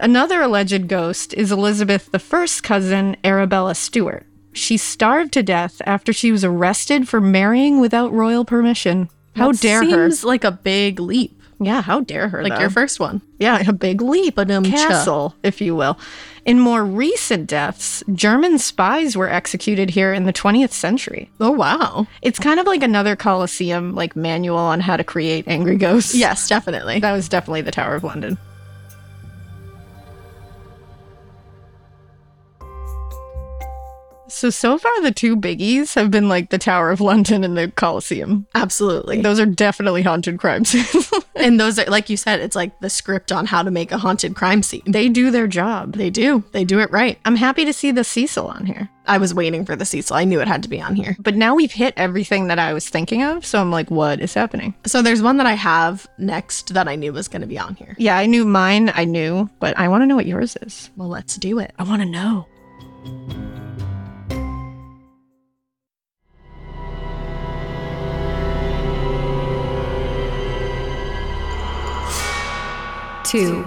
[SPEAKER 2] Another alleged ghost is Elizabeth I's cousin, Arabella Stewart. She starved to death after she was arrested for marrying without royal permission. How
[SPEAKER 3] That
[SPEAKER 2] dare
[SPEAKER 3] seems
[SPEAKER 2] her?
[SPEAKER 3] like a big leap,
[SPEAKER 2] Yeah, how dare her?
[SPEAKER 3] like
[SPEAKER 2] though.
[SPEAKER 3] your first one.
[SPEAKER 2] Yeah, a big leap, a
[SPEAKER 3] Ba-dum-cha.
[SPEAKER 2] castle, if you will. In more recent deaths, German spies were executed here in the 20th century.
[SPEAKER 3] Oh wow.
[SPEAKER 2] It's kind of like another Colosseum, like manual on how to create angry ghosts.
[SPEAKER 3] Yes, definitely.
[SPEAKER 2] that was definitely the Tower of London. So so far, the two biggies have been like the Tower of London and the Colosseum.
[SPEAKER 3] Absolutely.
[SPEAKER 2] Those are definitely haunted crime *laughs* scenes.
[SPEAKER 3] and those are like you said, it's like the script on how to make a haunted crime scene.
[SPEAKER 2] they do their job.
[SPEAKER 3] They do. They do it right.
[SPEAKER 2] I'm happy to see the Cecil on here.
[SPEAKER 3] I was waiting for the Cecil. I knew it had to be on here.
[SPEAKER 2] But now we've hit everything that I was thinking of. So I'm like, what is happening?
[SPEAKER 3] So there's one that I have next that I knew was going to be on here.
[SPEAKER 2] Yeah, I knew mine. I knew, but I want to know what yours is.
[SPEAKER 3] Well, let's do it.
[SPEAKER 2] I want to know.
[SPEAKER 4] two,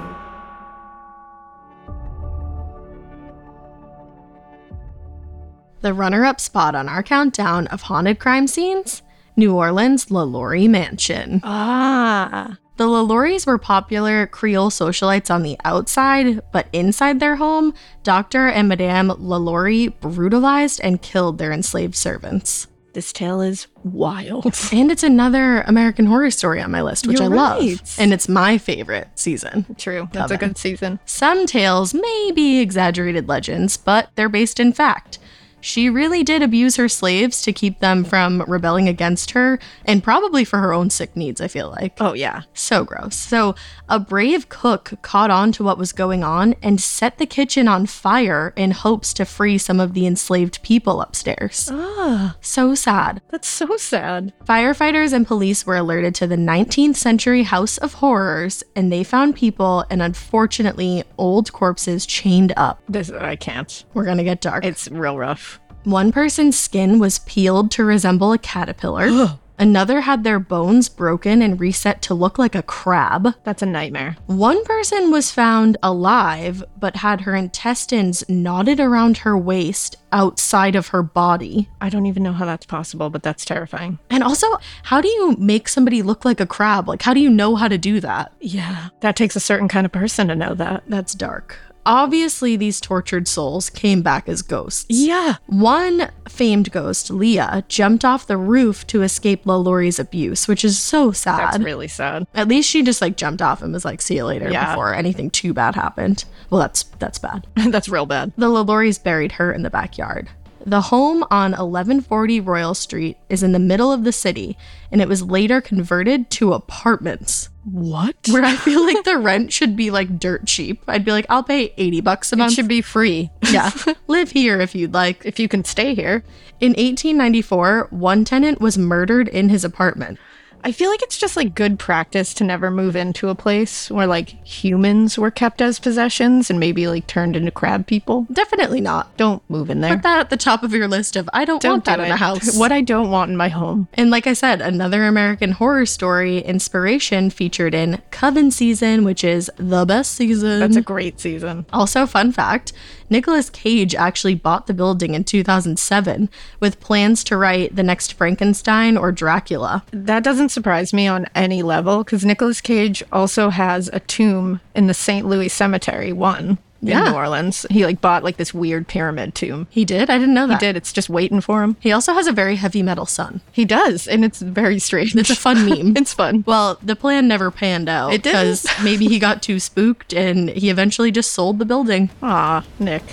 [SPEAKER 3] The runner up spot on our countdown of haunted crime scenes New Orleans LaLaurie Mansion.
[SPEAKER 2] Ah,
[SPEAKER 3] The LaLauries were popular Creole socialites on the outside, but inside their home, Dr. and Madame LaLaurie brutalized and killed their enslaved servants.
[SPEAKER 2] this tale is wild.
[SPEAKER 3] And it's another American horror story on my list, which
[SPEAKER 2] You're
[SPEAKER 3] I
[SPEAKER 2] right.
[SPEAKER 3] love. And it's my favorite season.
[SPEAKER 2] True. That's a good season.
[SPEAKER 3] Some tales may be exaggerated legends, but they're based in fact. She really did abuse her slaves to keep them from rebelling against her, and probably for her own sick needs, I feel like.
[SPEAKER 2] Oh, yeah.
[SPEAKER 3] So gross. So, a brave cook caught on to what was going on and set the kitchen on fire in hopes to free some of the enslaved people upstairs.
[SPEAKER 2] Ah,
[SPEAKER 3] So sad.
[SPEAKER 2] that's so sad.
[SPEAKER 3] Firefighters and police were alerted to the 19th century House of Horrors, and they found people and unfortunately old corpses chained up.
[SPEAKER 2] This I can't.
[SPEAKER 3] We're gonna get dark.
[SPEAKER 2] It's real rough.
[SPEAKER 3] One person's skin was peeled to resemble a caterpillar. Another had their bones broken and reset to look like a crab.
[SPEAKER 2] That's a nightmare.
[SPEAKER 3] One person was found alive, but had her intestines knotted around her waist outside of her body.
[SPEAKER 2] I don't even know how that's possible, but that's terrifying.
[SPEAKER 3] And also, how do you make somebody look like a crab? Like, how do you know how to do that?
[SPEAKER 2] Yeah. That takes a certain kind of person to know that.
[SPEAKER 3] That's dark. Obviously, these tortured souls came back as ghosts.
[SPEAKER 2] Yeah.
[SPEAKER 3] One famed ghost, Leah, jumped off the roof to escape Lalori's abuse, which is so sad.
[SPEAKER 2] That's really sad. *laughs*
[SPEAKER 3] At least she just like jumped off and was like, "See you later."
[SPEAKER 2] Yeah.
[SPEAKER 3] Before anything too bad happened. Well, that's that's bad.
[SPEAKER 2] That's real bad.
[SPEAKER 3] The Laloris buried her in the backyard. The home on 1140 Royal Street is in the middle of the city, and it was later converted to apartments.
[SPEAKER 2] What?
[SPEAKER 3] Where I feel like the rent should be like dirt cheap. I'd be like, "I'll pay 80 bucks a
[SPEAKER 2] It
[SPEAKER 3] month."
[SPEAKER 2] should be free *laughs*
[SPEAKER 3] yeah, live here if you'd like.
[SPEAKER 2] if you can stay here.
[SPEAKER 3] In 1894, one tenant was murdered in his apartment.
[SPEAKER 2] I feel like it's just like good practice to never move into a place where like humans were kept as possessions and maybe like turned into crab people.
[SPEAKER 3] Definitely not.
[SPEAKER 2] Don't move in there.
[SPEAKER 3] Put that at the top of your list of I don't,
[SPEAKER 2] Don't
[SPEAKER 3] want that
[SPEAKER 2] do
[SPEAKER 3] in a
[SPEAKER 2] it. *laughs*
[SPEAKER 3] house.
[SPEAKER 2] What I don't want in my home.
[SPEAKER 3] And like I said, another American horror story inspiration featured in Coven season, which is the best season.
[SPEAKER 2] That's a great season.
[SPEAKER 3] also, fun fact Nicolas Cage actually bought the building in 2007 with plans to write the next Frankenstein or Dracula.
[SPEAKER 2] That doesn't surprise me on any level because Nicolas Cage also has a tomb in the St. Louis Cemetery, one
[SPEAKER 3] Yeah.
[SPEAKER 2] in New Orleans. He like bought like this weird pyramid tomb.
[SPEAKER 3] He did? I didn't know
[SPEAKER 2] He
[SPEAKER 3] that.
[SPEAKER 2] did. It's just waiting for him.
[SPEAKER 3] He also has a very heavy metal son. *laughs*
[SPEAKER 2] He does, and it's very strange.
[SPEAKER 3] It's a fun meme.
[SPEAKER 2] it's fun.
[SPEAKER 3] Well, the plan never panned out.
[SPEAKER 2] It didn't.
[SPEAKER 3] maybe he got too spooked and he eventually just sold the building.
[SPEAKER 2] Aw, Nick.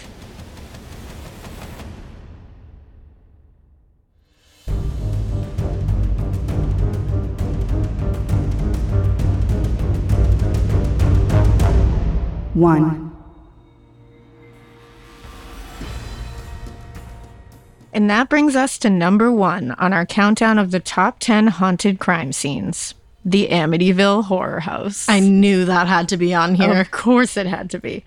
[SPEAKER 4] one,
[SPEAKER 2] And that brings us to number one on our countdown of the top 10 haunted crime scenes the Amityville Horror House.
[SPEAKER 3] I knew that had to be on here.
[SPEAKER 2] *laughs* Of course it had to be.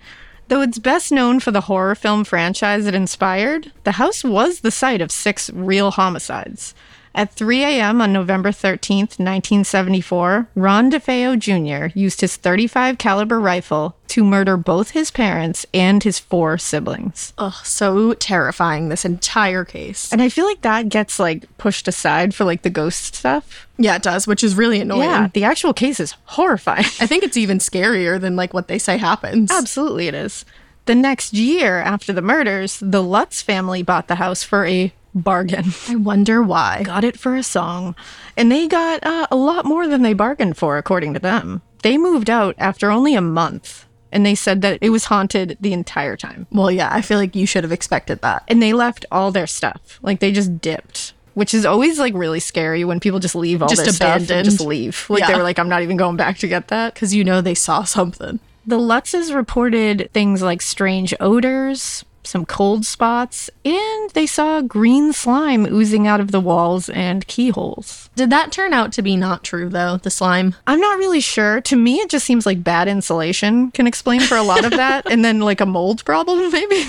[SPEAKER 2] Though it's best known for the horror film franchise it inspired, the house was the site of six real homicides. At 3 a.m. on November 13th, 1974, Ron DeFeo Jr. used his 35 caliber rifle to murder both his parents and his four siblings.
[SPEAKER 3] Ugh, so terrifying, this entire case.
[SPEAKER 2] And I feel like that gets like pushed aside for like the ghost stuff.
[SPEAKER 3] Yeah, it does, which is really annoying.
[SPEAKER 2] Yeah, the actual case is horrifying. *laughs*
[SPEAKER 3] I think it's even scarier than like what they say happens.
[SPEAKER 2] Absolutely, it is. The next year after the murders, the Lutz family bought the house for a bargain. *laughs*
[SPEAKER 3] I wonder why.
[SPEAKER 2] got it for a song. And they got uh, a lot more than they bargained for, according to them. They moved out after only a month, and they said that it was haunted the entire time.
[SPEAKER 3] Well, yeah, I feel like you should have expected that.
[SPEAKER 2] And they left all their stuff. Like they just dipped. Which is always like really scary when people just leave all
[SPEAKER 3] Just
[SPEAKER 2] their stuff and
[SPEAKER 3] abandoned.
[SPEAKER 2] just leave. Like they
[SPEAKER 3] Yeah.
[SPEAKER 2] were like, I'm not even going back to get that.
[SPEAKER 3] Because you know they saw something.
[SPEAKER 2] The Lutzes reported things like strange odors, some cold spots, and they saw green slime oozing out of the walls and keyholes.
[SPEAKER 3] Did that turn out to be not true, though, the slime?
[SPEAKER 2] I'm not really sure. To me, it just seems like bad insulation can explain for a lot of that, and then like a mold problem, *laughs* maybe.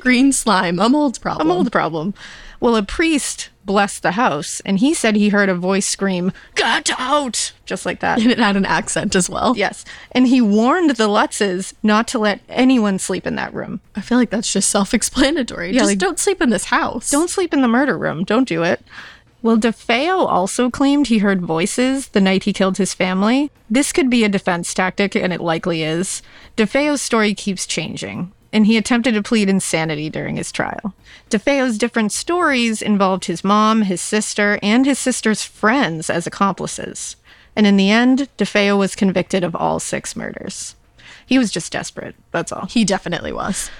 [SPEAKER 3] Green slime, a mold problem.
[SPEAKER 2] a mold problem. Well, a priest blessed the house, and he said he heard a voice scream, Get out! Just like that.
[SPEAKER 3] *laughs* And it had an accent as well.
[SPEAKER 2] Yes. And he warned the Lutzes not to let anyone sleep in that room.
[SPEAKER 3] I feel like that's just self explanatory. just
[SPEAKER 2] like-
[SPEAKER 3] don't sleep in this house.
[SPEAKER 2] Don't sleep in the murder room. Don't do it. Well, DeFeo also claimed he heard voices the night he killed his family. This could be a defense tactic, and it likely is. DeFeo's story keeps changing, and he attempted to plead insanity during his trial. DeFeo's different stories involved his mom, his sister, and his sister's friends as accomplices. And in the end, DeFeo was convicted of all six murders. He was just desperate, that's all.
[SPEAKER 3] He definitely was.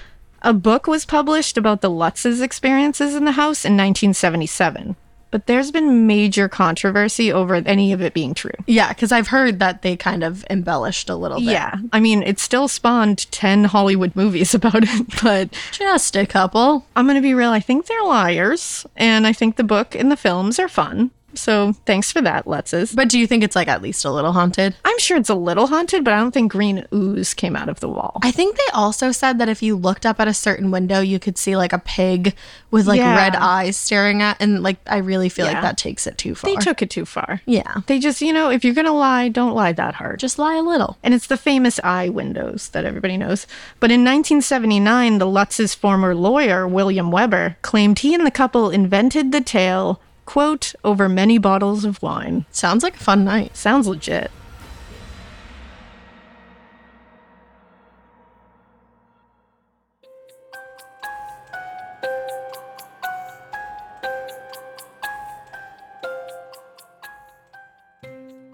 [SPEAKER 2] A book was published about the Lutz's experiences in the house in 1977, but there's been major controversy over any of it being true.
[SPEAKER 3] Yeah, because I've heard that they kind of embellished a little bit.
[SPEAKER 2] I mean, it still spawned 10 Hollywood movies *laughs* about it, but
[SPEAKER 3] Just a couple.
[SPEAKER 2] I'm going to be real. I think they're liars, and I think the book and the films are fun. So thanks for that, Lutz's.
[SPEAKER 3] But do you think it's like at least a little haunted?
[SPEAKER 2] I'm sure it's a little haunted, but I don't think green ooze came out of the wall.
[SPEAKER 3] I think they also said that if you looked up at a certain window, you could see like a pig with like
[SPEAKER 2] Yeah.
[SPEAKER 3] red eyes staring at, and like I really feel like
[SPEAKER 2] Yeah.
[SPEAKER 3] that takes it too far.
[SPEAKER 2] They took it too far.
[SPEAKER 3] yeah,
[SPEAKER 2] They just, you know, if you're going to lie, don't lie that hard.
[SPEAKER 3] just lie a little.
[SPEAKER 2] and it's the famous eye windows that everybody knows. But in 1979, the Lutz's former lawyer, William Weber, claimed he and the couple invented the tale, quote, over many bottles of wine.
[SPEAKER 3] Sounds like a fun night.
[SPEAKER 2] Sounds legit.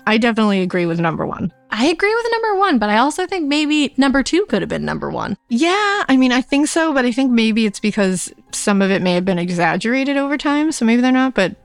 [SPEAKER 2] I definitely agree with number one.
[SPEAKER 3] I agree with number one, but I also think maybe number two could have been number one.
[SPEAKER 2] Yeah, I mean, I think so, but I think maybe it's because some of it may have been exaggerated over time, so maybe they're not. But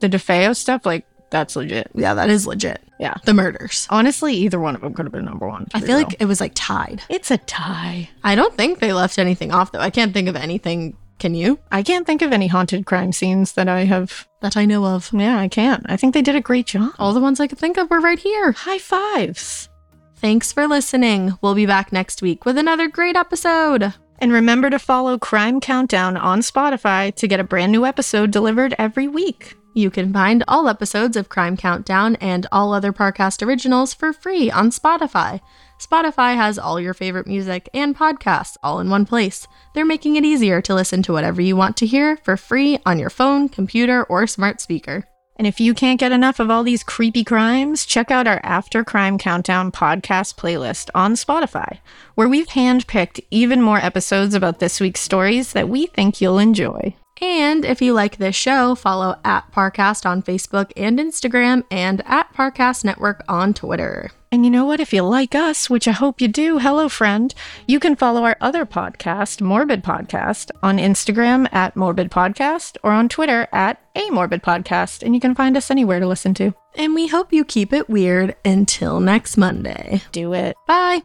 [SPEAKER 2] the DeFeo stuff, like, that's legit.
[SPEAKER 3] Yeah, that is legit.
[SPEAKER 2] Yeah.
[SPEAKER 3] The murders.
[SPEAKER 2] Honestly, either one of them could have been number one. to
[SPEAKER 3] I
[SPEAKER 2] be
[SPEAKER 3] feel
[SPEAKER 2] real.
[SPEAKER 3] like it was like tied.
[SPEAKER 2] it's a tie.
[SPEAKER 3] I don't think they left anything off though. I can't think of anything. Can you?
[SPEAKER 2] I can't think of any haunted crime scenes that I have.
[SPEAKER 3] That I know of.
[SPEAKER 2] Yeah, I can't. I think they did a great job.
[SPEAKER 3] All the ones I could think of were right here.
[SPEAKER 2] High fives.
[SPEAKER 3] Thanks for listening. We'll be back next week with another great episode.
[SPEAKER 2] And remember to follow Crime Countdown on Spotify to get a brand new episode delivered every week.
[SPEAKER 3] You can find all episodes of Crime Countdown and all other Parcast originals for free on Spotify. Spotify has all your favorite music and podcasts all in one place. They're making it easier to listen to whatever you want to hear for free on your phone, computer, or smart speaker.
[SPEAKER 2] And if you can't get enough of all these creepy crimes, check out our After Crime Countdown podcast playlist on Spotify, where we've handpicked even more episodes about this week's stories that we think you'll enjoy.
[SPEAKER 3] And if you like this show, follow at Parcast on Facebook and Instagram and at Parcast Network on Twitter.
[SPEAKER 2] And you know what? If you like us, which I hope you do, hello, friend, you can follow our other podcast, Morbid Podcast, on Instagram at Morbid Podcast or on Twitter at A Morbid Podcast. And you can find us anywhere to listen to.
[SPEAKER 3] And we hope you keep it weird until next Monday.
[SPEAKER 2] Do it.
[SPEAKER 3] Bye.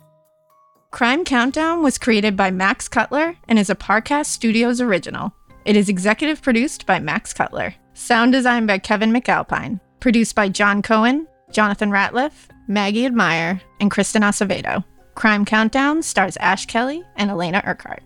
[SPEAKER 2] Crime Countdown was created by Max Cutler and is a Parcast Studios original. It is executive produced by Max Cutler. Sound design by Kevin McAlpine. Produced by John Cohen, Jonathan Ratliff, Maggie Admire, and Kristen Acevedo. Crime Countdown stars Ash Kelly and Elena Urquhart.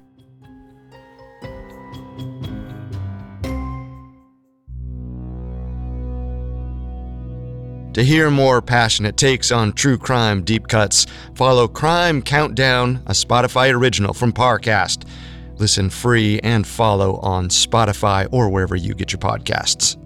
[SPEAKER 1] To hear more passionate takes on true crime deep cuts, follow Crime Countdown, a Spotify original from Parcast. Listen free and follow on Spotify or wherever you get your podcasts.